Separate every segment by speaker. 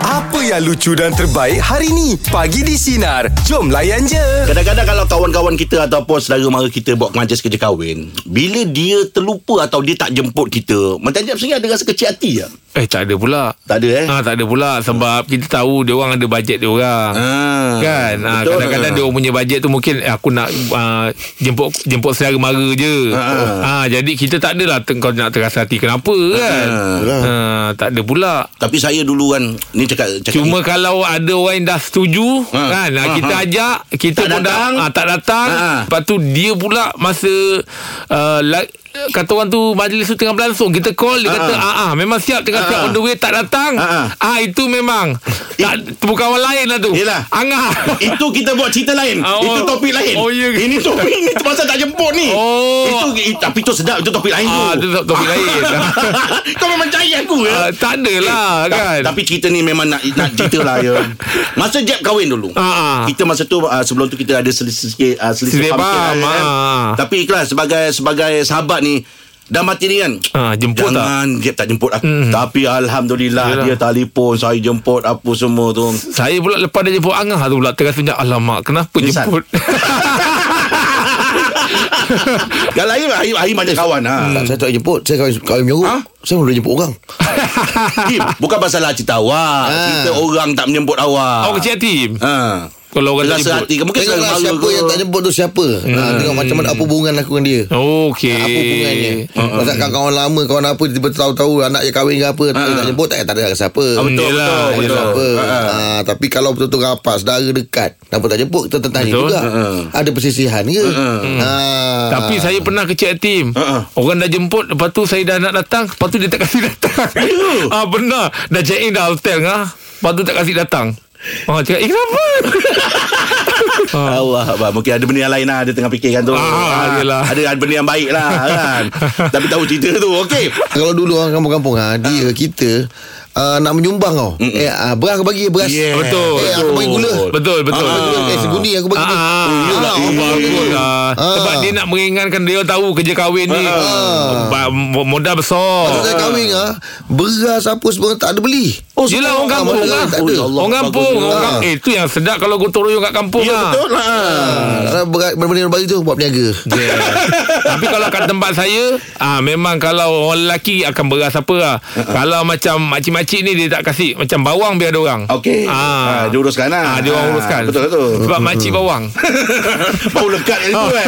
Speaker 1: Apa yang lucu dan terbaik hari ni? Pagi di Sinar. Jom layan je.
Speaker 2: Kadang-kadang kalau kawan-kawan kita ataupun saudara mara kita buat majlis kerja kahwin, bila dia terlupa atau dia tak jemput kita, Mantan Jeb sebenarnya ada rasa kecil hati je.
Speaker 3: Eh tak ada pula
Speaker 2: Tak ada eh?
Speaker 3: ha, Tak ada pula Sebab kita tahu Dia orang ada bajet dia orang
Speaker 2: Ah,
Speaker 3: Kan ha,
Speaker 2: betul.
Speaker 3: Kadang-kadang dia orang punya bajet tu Mungkin eh, aku nak uh, Jemput jemput selera mara je
Speaker 2: Ah.
Speaker 3: ha, Jadi kita tak adalah ter- Kau nak terasa hati Kenapa kan
Speaker 2: lah.
Speaker 3: ha, Tak ada pula
Speaker 2: Tapi saya dulu kan, ni cakap... cakap
Speaker 3: Cuma kalau ada orang yang dah setuju
Speaker 2: Ha.
Speaker 3: kan ha,
Speaker 2: Ha,
Speaker 3: kita
Speaker 2: ha.
Speaker 3: ajak kita
Speaker 2: Tak
Speaker 3: pun
Speaker 2: datang.
Speaker 3: dah ha, tak datang
Speaker 2: Ha, ha.
Speaker 3: lepas tu dia pula masa uh, la, kata orang tu majlis tu tengah berlangsung kita call dia
Speaker 2: Ha,
Speaker 3: kata
Speaker 2: ha.
Speaker 3: ah ah memang siap tengah
Speaker 2: Ha,
Speaker 3: siap
Speaker 2: ha.
Speaker 3: on the way tak datang
Speaker 2: Ha, ha.
Speaker 3: ah itu memang tak bukan orang lain lah tu
Speaker 2: Yelah.
Speaker 3: angah
Speaker 2: Itu kita buat cerita lain
Speaker 3: Ah,
Speaker 2: oh.
Speaker 3: oh.
Speaker 2: Itu topik lain
Speaker 3: Oh, ya ke?
Speaker 2: Ini topik Ini pasal tak jemput ni
Speaker 3: Oh.
Speaker 2: itu, i- Tapi itu sedap Itu topik lain
Speaker 3: ah tu
Speaker 2: tu
Speaker 3: topik lain
Speaker 2: Kau memang cari aku ya
Speaker 3: Ah, tak adalah kan
Speaker 2: Tapi cerita ni memang nak nak cerita lah ya. Masa Jeb kahwin dulu.
Speaker 3: Ah, ah.
Speaker 2: Kita masa tu uh, sebelum tu kita ada selisih uh, selisih
Speaker 3: Selisih
Speaker 2: faham sikit
Speaker 3: faham,
Speaker 2: lah, kan.
Speaker 3: ah.
Speaker 2: Tapi ikhlas sebagai sebagai sahabat ni Dah mati ni kan
Speaker 3: Ah, jemput tak? Hmm.
Speaker 2: Jangan Jeb tak jemput aku mm. Tapi Alhamdulillah
Speaker 3: Yalah.
Speaker 2: Dia telefon Saya jemput Apa semua tu
Speaker 3: Saya pula lepas dia jemput Angah tu pula Terasa macam Alamak kenapa
Speaker 2: Pingsan.
Speaker 3: jemput
Speaker 2: Kalau Aim Aim, Aim ada kawan ha.
Speaker 3: Hmm.
Speaker 4: Tak, saya tak jemput Saya kahwin, kahwin menyuruh
Speaker 2: Ha?
Speaker 4: Saya boleh jemput orang
Speaker 2: Im, Bukan masalah cerita awak
Speaker 4: Ah.
Speaker 2: Cerita orang tak menjemput awak
Speaker 3: Awak kecil hati
Speaker 2: Ha.
Speaker 3: Kalau orang tak
Speaker 2: Rasa
Speaker 3: jemput
Speaker 2: hati ke? Mungkin
Speaker 4: Tengoklah
Speaker 2: selera
Speaker 4: siapa
Speaker 2: malu
Speaker 4: yang
Speaker 2: ke.
Speaker 4: tak jemput tu siapa ha, Tengok macam mana Apa hubungan aku dengan dia
Speaker 3: Okey. Ah.
Speaker 4: Apa hubungannya Masa kawan-kawan lama Kawan apa Tiba-tiba tahu-tahu Anak dia kahwin ke apa Tapi tak jemput Tak tak ada rasa apa
Speaker 2: Ah, Betul
Speaker 3: Yelah,
Speaker 2: betul,
Speaker 4: Tak ada
Speaker 2: betul
Speaker 3: yelah.
Speaker 4: apa. Ha, Tapi kalau betul-betul rapat Saudara dekat Kenapa tak jemput Kita tertanya
Speaker 3: Betul.
Speaker 4: juga Ada persisihan ke ha.
Speaker 3: Tapi saya pernah kecil hati
Speaker 2: Ha-ha.
Speaker 3: uh Orang dah jemput Lepas tu saya dah nak datang Lepas tu dia tak kasi datang ah, Benar Dah check in dah hotel ah. Lepas tu tak kasi datang Ah, cakap, eh kenapa?
Speaker 2: Allah abang mungkin ada benda yang lain lah dia tengah fikirkan tu.
Speaker 3: Ah, yelah.
Speaker 2: ada ada benda yang baik lah kan. Tapi tahu cerita tu. Okey.
Speaker 4: Kalau dulu orang kampung-kampung ha, Dia kita uh, Nak menyumbang tau eh, uh, Beras aku bagi beras
Speaker 2: Yeah.
Speaker 3: Betul.
Speaker 4: Eh, aku bagi gula.
Speaker 3: Betul, betul.
Speaker 4: Aku bagi gula. Eh seguni aku bagi ni.
Speaker 3: Ah, ah,
Speaker 2: lah.
Speaker 3: oh,
Speaker 2: Eh.
Speaker 3: bagus lah.
Speaker 4: Ah.
Speaker 3: Sebab dia nak meringankan dia tahu kerja kahwin ni. Ba- mo- Modal
Speaker 4: Masa
Speaker 3: besar.
Speaker 4: saya kahwin ah, beras apa semua tak ada beli.
Speaker 3: Oh, Yelah orang
Speaker 4: Ah,
Speaker 3: kampung
Speaker 4: mana
Speaker 3: lah.
Speaker 4: Tak ada.
Speaker 2: Allah,
Speaker 3: Orang kampung.
Speaker 2: bagus.
Speaker 3: orang kampung.
Speaker 4: Ah.
Speaker 3: Eh, tu yang sedap kalau gotong royong kat kampung
Speaker 2: Ya
Speaker 3: lah.
Speaker 2: betul lah.
Speaker 4: Ah, beras- Benda-benda yang bagi tu buat peniaga.
Speaker 3: Yeah. Tapi kalau kat tempat saya ah memang kalau orang lelaki akan beras apa lah. Kalau macam makcik-makcik ni dia tak kasih macam bawang biar ada orang.
Speaker 2: Okey. Ah, dia uruskan lah.
Speaker 3: Ah, dia orang
Speaker 2: Ah,
Speaker 3: uruskan.
Speaker 2: betul, betul.
Speaker 3: Sebab makcik bawang.
Speaker 2: Bau lekat kat
Speaker 3: Oh.
Speaker 2: situ eh.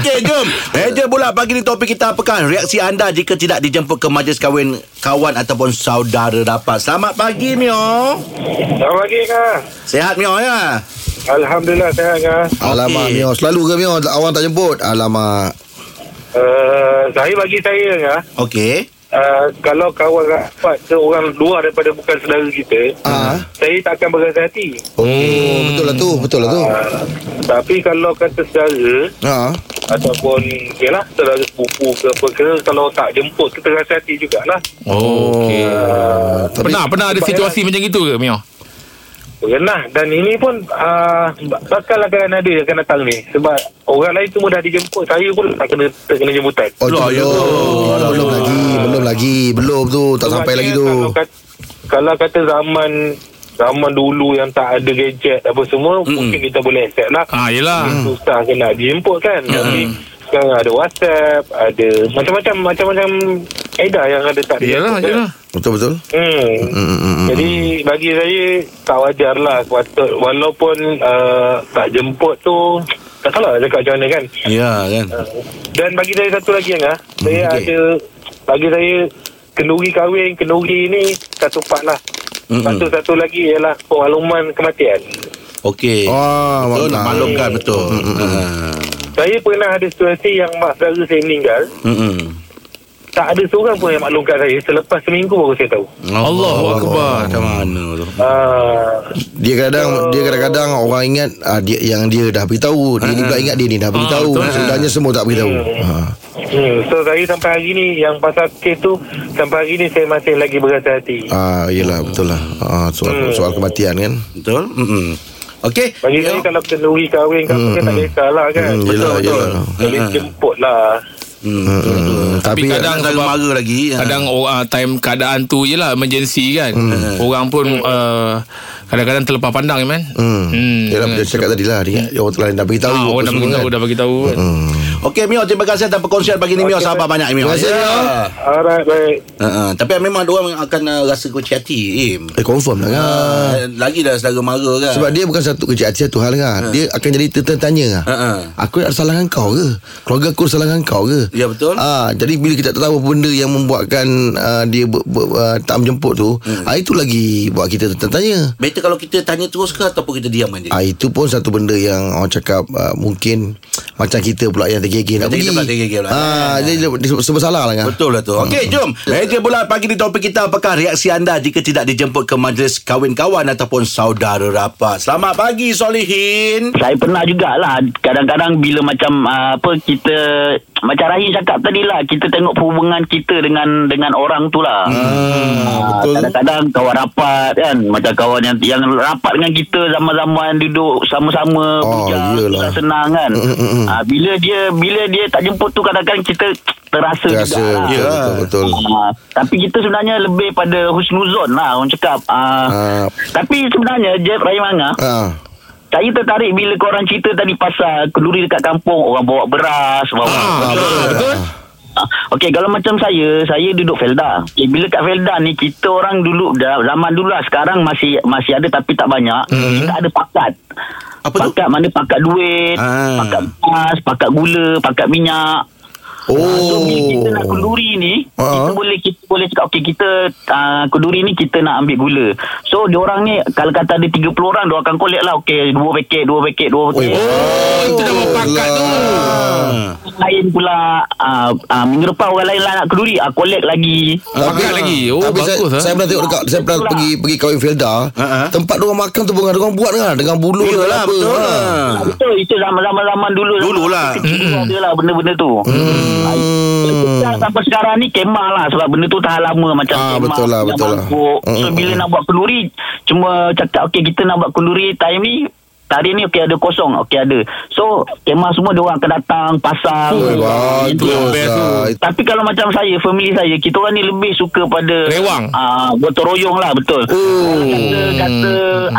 Speaker 2: Okey, jom. Meja bola pagi ni topik kita apakah reaksi anda jika tidak dijemput ke majlis kahwin kawan ataupun saudara rapat. Selamat pagi Mio.
Speaker 5: Selamat pagi Kak
Speaker 2: Sehat Mio ya.
Speaker 5: Alhamdulillah sehat Kak
Speaker 4: Alamak Mio Selalu ke Mio Awang tak jemput Alamak
Speaker 5: uh, Saya bagi saya Kak
Speaker 2: Okey.
Speaker 5: uh, Kalau kawan rapat ke orang luar daripada bukan saudara kita
Speaker 4: Ah.
Speaker 5: Saya tak akan berasa hati
Speaker 4: Oh
Speaker 3: Hmm.
Speaker 4: Betul lah tu Betul lah tu
Speaker 5: uh, Tapi kalau kata saudara
Speaker 4: Ha.
Speaker 5: Ataupun Yalah saudara sepupu ke apa ke Kalau tak jemput kita rasa hati jugalah Eh,
Speaker 3: Oh, okey. Pernah pernah ada
Speaker 5: sebab
Speaker 3: situasi macam itu ke Mio?
Speaker 5: Pernah Dan ini pun uh, Bakal akan ada yang akan datang ni Sebab orang lain semua dah dijemput Saya pun tak kena, tak kena jemputan
Speaker 4: Oh, tu
Speaker 2: Lah, ya.
Speaker 4: belum Itu Belum lagi Belum lagi Belum tu Tak sampai
Speaker 5: Sebab
Speaker 4: lagi
Speaker 5: dia
Speaker 4: tu
Speaker 5: Kalau
Speaker 3: kan,
Speaker 5: kata, kalau kata zaman zaman dulu yang tak ada gadget apa semua mm. mungkin kita boleh accept lah.
Speaker 3: Ah, yelah.
Speaker 5: Susah ke nak dijemput kan. Tapi sekarang ada WhatsApp, ada macam-macam macam-macam edah yang ada tak
Speaker 3: Yelah,
Speaker 5: dijemput kan.
Speaker 3: yelah.
Speaker 4: Betul-betul
Speaker 5: Hmm. Jadi bagi saya tak wajar lah patut walaupun uh, tak jemput tu tak salah cakap macam mana kan.
Speaker 2: Ya kan.
Speaker 5: Dan bagi saya satu lagi Angah Saya
Speaker 2: okey.
Speaker 5: ada Bagi saya Kenduri kahwin Kenduri ni Satu part lah
Speaker 2: Mm-mm.
Speaker 5: Satu-satu lagi Ialah Pengalaman kematian
Speaker 3: Eh.
Speaker 2: Okey.
Speaker 3: Oh,
Speaker 4: Ah,
Speaker 2: Betul nak
Speaker 4: mantap.
Speaker 2: maklumkan betul. Ah.
Speaker 5: Saya pernah ada situasi Yang mak saudara saya meninggal
Speaker 2: Mm-mm.
Speaker 5: Tak ada seorang pun Yang maklumkan saya Selepas seminggu baru saya tahu
Speaker 3: Allahu akbar.
Speaker 2: Macam
Speaker 4: Hmm.
Speaker 2: mana tu?
Speaker 5: Ah,
Speaker 4: Dia kadang dia kadang-kadang orang ingat ah, dia, yang dia dah beritahu, dia ni
Speaker 2: Ha,
Speaker 4: pula ingat dia ni
Speaker 2: Ah,
Speaker 4: dah beritahu.
Speaker 3: betul.
Speaker 4: Sebenarnya semua tak beritahu. Ha.
Speaker 5: hmm, So saya sampai hari ni Yang pasal kes tu Sampai hari ni Saya masih lagi berasa hati
Speaker 4: Ah, yelah betul lah. Ah, soal, soal kematian kan.
Speaker 2: Betul? Mm-mm. Okey.
Speaker 5: Bagi
Speaker 2: Mio.
Speaker 5: saya kalau kenduri kahwin Kan hmm. tak kisahlah kan
Speaker 4: Hmm, yelah,
Speaker 5: Betul-betul
Speaker 4: yelah.
Speaker 5: Jadi
Speaker 2: Ah.
Speaker 5: jemput lah
Speaker 2: Hmm.
Speaker 4: Hmm,
Speaker 3: Tapi
Speaker 4: tapi
Speaker 2: Kadang
Speaker 3: kadang-
Speaker 2: saya
Speaker 3: sebab-
Speaker 2: marah lagi. ha.
Speaker 3: Kadang oh, ah, time keadaan tu je lah Emergency kan Orang pun ah, Kadang-kadang terlepas pandang kan
Speaker 4: Hmm.
Speaker 3: Hmm.
Speaker 4: Yalah macam cakap tadi lah dia ingat orang lain dah beritahu.
Speaker 3: Ah,
Speaker 4: apa
Speaker 3: orang dah
Speaker 4: semua
Speaker 3: beritahu
Speaker 4: kan.
Speaker 3: Dah beritahu kan
Speaker 2: Okey Mio, terima kasih atas perkongsian pagi ni Mio. Sabar banyak Mio.
Speaker 4: Terima kasih,
Speaker 2: Ya.
Speaker 4: Mio.
Speaker 5: Alright, baik.
Speaker 2: Ha, ha. Tapi memang orang akan uh, rasa kecil hati. Im.
Speaker 4: Eh confirm lah kan.
Speaker 2: Ah, Lagi dah saudara marah kan.
Speaker 4: Sebab dia bukan satu kerja hati satu hal
Speaker 2: Ah.
Speaker 4: kan. Dia akan jadi tertanya kan.
Speaker 2: Ha, ha.
Speaker 4: Aku ada salah dengan kau ke? Keluarga aku ada salah dengan kau ke?
Speaker 2: Ya, betul.
Speaker 4: Ah, jadi bila kita tak tahu apa benda yang membuatkan ah, dia ber, ber, ah, tak menjemput tu, hmm. ah, itu lagi buat kita tertanya.
Speaker 2: Better kalau kita tanya terus ke ataupun kita diamkan dia?
Speaker 4: Ah, itu pun satu benda yang orang cakap ah, mungkin macam kita pula yang tergigih nak
Speaker 2: Macam
Speaker 4: pergi.
Speaker 2: kita pula tergigih pula.
Speaker 4: Ah, jadi dia serba salah lah kan.
Speaker 2: Betul lah tu Okey jom Meja bulat pagi di topik kita Apakah reaksi anda Jika tidak dijemput ke majlis Kawan-kawan Ataupun saudara rapat Selamat pagi Solihin
Speaker 6: saya pernah jugalah kadang-kadang bila macam uh, apa kita macam Rahim cakap tadi lah kita tengok hubungan kita dengan dengan orang tu lah hmm,
Speaker 4: Ah, betul.
Speaker 6: kadang-kadang kawan rapat kan macam kawan yang yang rapat dengan kita zaman-zaman duduk sama-sama
Speaker 4: Oh, iyalah.
Speaker 6: susah senang kan
Speaker 4: Mm, mm, mm.
Speaker 6: uh, bila dia bila dia tak jemput tu kadang-kadang kita terasa,
Speaker 4: Terasa
Speaker 6: jugalah
Speaker 4: betul,
Speaker 2: Ya.
Speaker 4: betul, betul.
Speaker 6: Ah, tapi kita sebenarnya lebih pada husnuzon lah orang cakap.
Speaker 4: Ah.
Speaker 6: Ah, Tapi sebenarnya Jeff Rahimanga,
Speaker 4: Ah.
Speaker 6: saya tertarik bila korang cerita tadi pasal kenduri dekat kampung orang bawa beras, bawa
Speaker 3: Ah, betul, betul.
Speaker 6: Ah, Okey, kalau macam saya, saya duduk Felda. Okay, bila kat Felda ni kita orang dulu dah- zaman dulu lah sekarang masih masih ada tapi tak banyak. Mm-hmm. Kita ada pakat.
Speaker 2: Apa tu?
Speaker 6: pakat mana pakat duit,
Speaker 2: Ah.
Speaker 6: pakat emas, pakat gula, pakat minyak.
Speaker 4: Oh.
Speaker 6: Ah, So bila kita nak kenduri ni
Speaker 4: Ah.
Speaker 6: Kita boleh kita boleh cakap Okey kita uh, Kenduri ni kita nak ambil gula So diorang ni Kalau kata ada 30 orang Diorang akan collect lah Okey dua paket Dua paket Dua paket
Speaker 3: Oh, itu dah berpakat tu
Speaker 6: Orang Lain pula uh, uh, Minggu depan orang lain lah nak kenduri uh, Collect lagi
Speaker 3: Pakat lagi Oh,
Speaker 4: Tapi
Speaker 3: bagus
Speaker 4: saya,
Speaker 3: ah.
Speaker 4: saya pernah tengok dekat Saya pernah
Speaker 6: Itulah.
Speaker 4: pergi pergi kawin Felda
Speaker 2: ha.
Speaker 4: Tempat diorang makan tu Bukan diorang buat kan Dengan buluh
Speaker 2: Yelah
Speaker 4: dengan apa,
Speaker 2: betul
Speaker 4: ha.
Speaker 2: lah
Speaker 6: Ah, Betul itu zaman-zaman zaman dulu
Speaker 2: Dulu lah.
Speaker 6: Kecil ada lah benda-benda tu hmm. Sampai sekarang ni kemah lah Sebab benda tu tahan lama Macam
Speaker 4: Ah,
Speaker 6: kemah
Speaker 4: betul lah,
Speaker 6: macam
Speaker 4: betul lah.
Speaker 6: mangkuk. So
Speaker 4: Mm-mm.
Speaker 6: bila nak buat kenduri Cuma cakap Okay kita nak buat kenduri Time ni Hari ni okey ada kosong Okey ada So kemah semua Diorang akan datang Pasang
Speaker 4: Eh, Bagus
Speaker 3: Itulah best tu.
Speaker 4: lah.
Speaker 6: Tapi kalau macam saya Family saya Kita orang ni lebih suka pada
Speaker 3: Rewang.
Speaker 6: uh, Gotong royong lah betul
Speaker 4: Oh.
Speaker 6: Kata, kata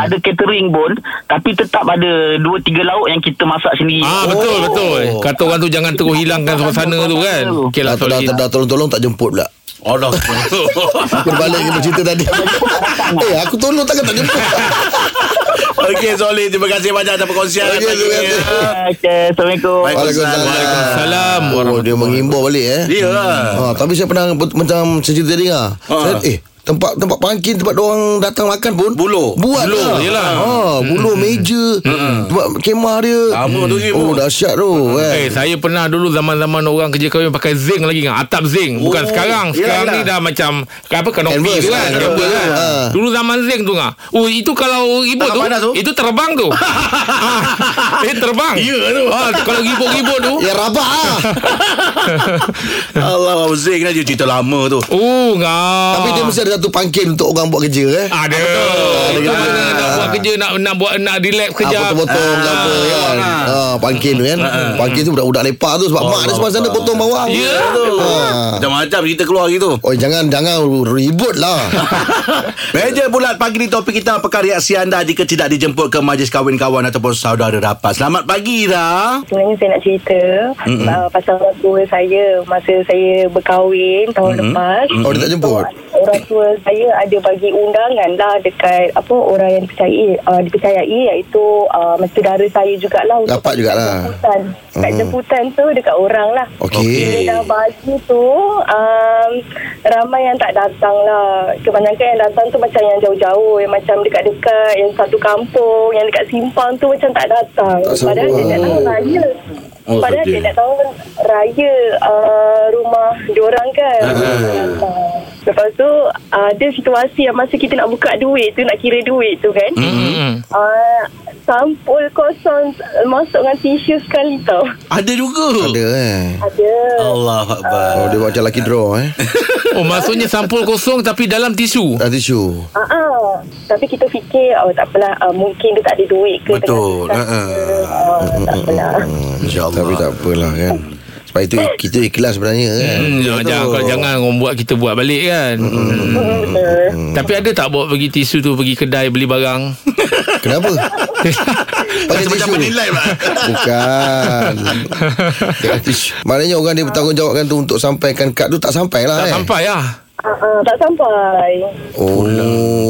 Speaker 6: Ada catering pun Tapi tetap ada Dua tiga lauk Yang kita masak sendiri
Speaker 3: Ah betul betul. Kata orang tu jangan terus hilangkan suasana tu kan. Okeylah
Speaker 4: Dah, dah,
Speaker 3: Solihin.
Speaker 4: dah, dah lah, tolong-tolong tak jemput pula
Speaker 2: Oh no
Speaker 4: Berbalik ke bercerita tadi Eh aku tolong takkan tak jemput
Speaker 2: Okey Solihin Terima kasih banyak atas perkongsian
Speaker 4: Okey,
Speaker 2: pagi
Speaker 4: terima
Speaker 2: ni.
Speaker 4: kasih.
Speaker 6: Okay Assalamualaikum
Speaker 3: Waalaikumsalam.
Speaker 4: Oh dia mengimbau balik eh
Speaker 2: Dia lah
Speaker 4: ha, Tapi saya pernah Macam saya cerita tadi lah
Speaker 2: Ha.
Speaker 4: Saya, Eh tempat tempat pangkin tempat orang datang makan pun
Speaker 2: Buluh.
Speaker 4: buat
Speaker 3: Buluh,
Speaker 4: lah.
Speaker 3: yelah.
Speaker 4: ha buluh meja tempat kemah dia
Speaker 2: Lama tu lagi
Speaker 4: oh
Speaker 2: pun.
Speaker 4: dahsyat tu kan
Speaker 3: Eh, saya pernah dulu zaman-zaman orang kerja kahwin pakai zinc lagi kan. Atap zinc. Bukan
Speaker 2: Oh,
Speaker 3: sekarang.
Speaker 2: yelah.
Speaker 3: Sekarang ni dah macam apa kanopi
Speaker 4: Canvas
Speaker 3: tu kan.
Speaker 4: lah.
Speaker 3: Canvas kan.
Speaker 4: Ha.
Speaker 3: Dulu zaman zinc tu kan. Oh, itu kalau ribut
Speaker 2: Tangan
Speaker 3: tu,
Speaker 2: panas tu.
Speaker 3: itu terbang tu. Ah, eh, terbang. Ya tu. Ah, kalau ribut-ribut tu.
Speaker 4: Ya rabak lah
Speaker 2: Allah Abang Zik ni dia cerita lama tu
Speaker 3: Oh, ngah. Ah,
Speaker 4: Tapi dia mesti ada satu pangkin Untuk orang buat kerja eh
Speaker 3: ada. Itu mana nak buat kerja nak nak buat nak relax
Speaker 4: Ah,
Speaker 3: kejap.
Speaker 4: potong-potong ke apa kan. Ah, pangkin tu kan. Pangkin tu budak-budak lepak tu sebab mak dia sebab sana potong bawang.
Speaker 3: Ya.
Speaker 4: Ah.
Speaker 2: Macam-macam cerita keluar gitu
Speaker 4: Oh jangan jangan ribut lah.
Speaker 2: Meja bulat pagi ni topik kita Apakah reaksi anda Jika tidak dijemput ke majlis kawan-kawan Ataupun saudara rapat Selamat pagi dah
Speaker 7: Sebenarnya saya nak cerita mm-hmm. uh, pasal orang tua saya masa saya berkahwin tahun mm-hmm. lepas.
Speaker 4: Oh dia tak jemput.
Speaker 7: So, orang tua saya ada bagi undangan lah dekat apa orang yang dipercayai uh, dipercayai iaitu uh, saudara saya jugalah untuk
Speaker 4: Rapat jugalah.
Speaker 7: jemputan. Dekat
Speaker 4: Mm.
Speaker 7: jemputan tu dekat orang lah.
Speaker 4: Okey.
Speaker 7: Bila dah baju tu um, Ramai yang tak datang lah Kebanyakan yang datang tu Macam yang jauh-jauh Yang macam dekat-dekat Yang satu kampung Yang dekat simpang tu Macam tak datang
Speaker 4: Tak lah. sabar.
Speaker 7: Padahal dia nak tahu raya
Speaker 2: Oh,
Speaker 7: Padahal
Speaker 2: sedih.
Speaker 7: dia nak tahu kan, Raya uh, Rumah diorang kan
Speaker 3: Ah,
Speaker 7: uh. Lepas tu Ada situasi yang Masa kita nak buka duit tu Nak kira duit tu kan
Speaker 3: Hmm.
Speaker 7: uh, Sampul kosong Masuk dengan tisu sekali tau
Speaker 2: Ada juga
Speaker 4: Ada eh.
Speaker 7: Ada
Speaker 2: Allah Akbar
Speaker 4: Oh dia buat macam lucky draw eh.
Speaker 3: Oh, maksudnya sampul kosong tapi dalam tisu.
Speaker 4: Ah tisu.
Speaker 7: Ah, tapi kita fikir oh tak apalah uh, mungkin dia tak ada duit ke
Speaker 2: Betul.
Speaker 3: ah.
Speaker 7: tengah susah
Speaker 2: Ha-ha.
Speaker 3: Hmm,
Speaker 7: ke. Ah, tak apalah.
Speaker 2: InsyaAllah
Speaker 4: Tapi tak apalah kan. Sebab itu kita ikhlas sebenarnya kan.
Speaker 3: Hmm,
Speaker 4: Betul.
Speaker 3: jangan, kalau jangan orang buat kita buat balik kan. Hmm.
Speaker 7: Betul.
Speaker 3: Tapi ada tak bawa pergi tisu tu pergi kedai beli barang?
Speaker 4: Kenapa? Pakai
Speaker 2: Rasa macam
Speaker 4: tisu.
Speaker 2: penilai pula.
Speaker 4: Bukan. Jangan tisu. Maknanya orang dia bertanggungjawabkan tu untuk sampaikan kad tu tak sampai lah
Speaker 3: tak
Speaker 4: eh.
Speaker 3: sampai lah.
Speaker 7: Ah, ah, tak sampai.
Speaker 4: Oh.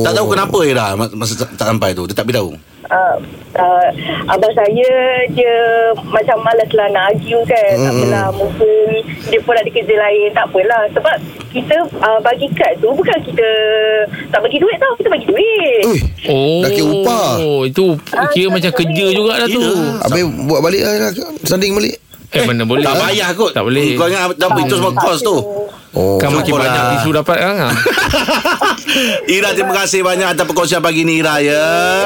Speaker 2: Tak tahu kenapa je dah mas- Masa tak tak sampai tu Dia tak beritahu
Speaker 7: Uh, uh, abang saya dia macam malas lah nak argue kan mm. tak apalah mungkin dia pun ada kerja lain tak apalah sebab kita uh, bagi kad tu bukan kita tak bagi duit tau kita bagi duit
Speaker 4: Eh.
Speaker 3: Oh.
Speaker 4: Dah kira upah.
Speaker 3: Itu kira
Speaker 7: Ah,
Speaker 3: macam
Speaker 7: tak
Speaker 3: kerja
Speaker 7: boleh.
Speaker 3: juga dah tu.
Speaker 4: Habis buat balik lah Sanding balik
Speaker 3: Eh mana boleh.
Speaker 2: Tak payah kot
Speaker 3: Tak boleh.
Speaker 2: Kau ingat dah itu semua kos Hmm, tu
Speaker 4: Oh
Speaker 3: Kan makin
Speaker 2: syukurlah.
Speaker 3: banyak tisu dapat kan. ah.
Speaker 2: Ira terima kasih banyak Atas perkongsian pagi ni Ira ya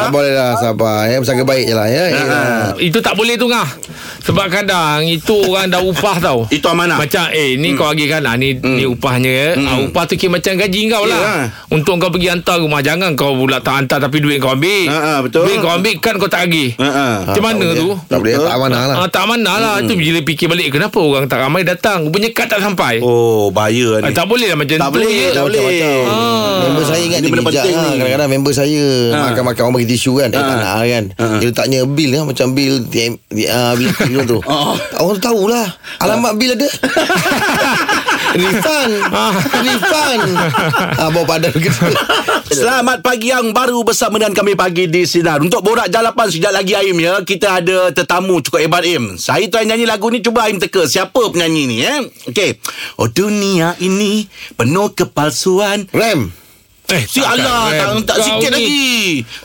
Speaker 4: Tak boleh lah sabar ya. Bersangka baik je lah ya.
Speaker 2: Ah.
Speaker 3: Itu tak boleh tu ngah. Sebab kadang itu orang dah upah tau.
Speaker 2: Itu amanah
Speaker 3: Macam eh ni kau agih kan ah, ni ni upahnya ya. Ah, upah tu kira macam gaji kau lah.
Speaker 2: Yelah.
Speaker 3: Untuk kau pergi hantar rumah jangan kau pula tak hantar tapi duit kau ambil.
Speaker 2: Ha, ha, betul.
Speaker 3: Duit kau ambil kan kau tak agih.
Speaker 2: Ha, ha.
Speaker 3: Macam mana
Speaker 4: tak
Speaker 3: tu?
Speaker 4: boleh. Tak boleh tak amanah lah.
Speaker 3: Ah, tak mana lah Itu bila fikir balik Kenapa orang tak ramai datang Rupanya kad tak sampai
Speaker 2: Oh
Speaker 3: oh,
Speaker 2: bahaya ni
Speaker 3: ah, Tak boleh lah macam
Speaker 2: Tak
Speaker 3: tu
Speaker 2: boleh
Speaker 3: je
Speaker 2: Tak boleh Ah.
Speaker 4: Member saya ingat
Speaker 2: Ini
Speaker 4: dia
Speaker 2: benda
Speaker 4: bijak
Speaker 2: penting
Speaker 4: lah.
Speaker 2: ni. Ah.
Speaker 4: Kadang-kadang member saya
Speaker 2: Ha.
Speaker 4: Makan-makan orang bagi tisu kan Eh tak nak kan Dia letaknya bil kan Macam bil TM, uh, Bil bil tu
Speaker 2: Oh. Ah.
Speaker 4: Orang tu tahulah Alamat bil ada Rifan Rifan ah, Bawa padan gitu
Speaker 2: Selamat pagi yang baru bersama dengan kami pagi di Sinar Untuk Borak Jalapan sejak lagi Aim ya Kita ada tetamu cukup hebat Aim Saya tuan nyanyi lagu ni cuba Aim teka Siapa penyanyi ni eh Okey Oh dunia ini penuh kepalsuan
Speaker 4: Ram
Speaker 3: Eh
Speaker 2: Si Allah tak, tak
Speaker 3: Kau
Speaker 2: sikit
Speaker 3: ni.
Speaker 2: lagi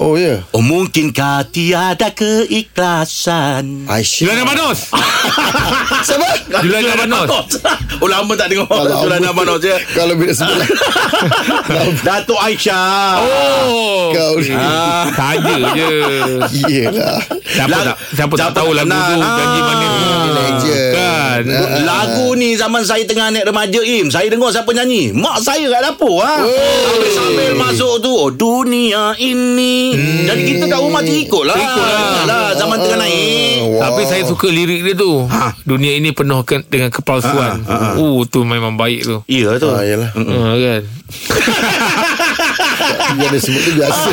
Speaker 4: Oh ya yeah.
Speaker 2: Oh mungkinkah tiada keikhlasan
Speaker 4: Aisyah
Speaker 3: Juliana Manos
Speaker 4: Siapa?
Speaker 3: Juliana Manos
Speaker 2: Oh lama tak dengar Juliana Manos ya
Speaker 4: Kalau bila sebut lah.
Speaker 2: Datuk Aisyah
Speaker 3: Oh
Speaker 4: Kau ni
Speaker 3: Ah, Saja je
Speaker 4: Yelah
Speaker 3: Siapa
Speaker 2: Lag-
Speaker 3: tak Siapa tak
Speaker 2: dapat
Speaker 3: tahu lagu
Speaker 2: kenal.
Speaker 3: tu
Speaker 2: Ah. Eh.
Speaker 3: Janji mana
Speaker 4: Legend.
Speaker 3: Kan
Speaker 4: Ah.
Speaker 2: Lagu ni zaman saya tengah anak remaja Im Saya dengar siapa nyanyi Mak saya kat dapur ha? Sambil-sambil masuk tu oh, Dunia ini hmm. Jadi kita kat rumah terikut lah Terikut lah Zaman tengah naik
Speaker 4: Wow.
Speaker 3: Tapi saya suka lirik dia tu Dunia ini penuh ke- dengan kepalsuan Oh tu memang baik tu
Speaker 2: Ya tu
Speaker 4: Ah, yelah
Speaker 3: Ah, kan
Speaker 4: Dia ada sebut tu biasa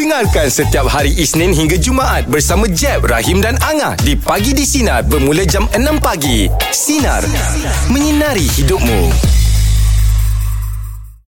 Speaker 1: Dengarkan setiap hari Isnin hingga Jumaat bersama Jeb, Rahim dan Angah di Pagi di Sinar bermula jam 6 pagi. Sinar. Menyinari hidupmu.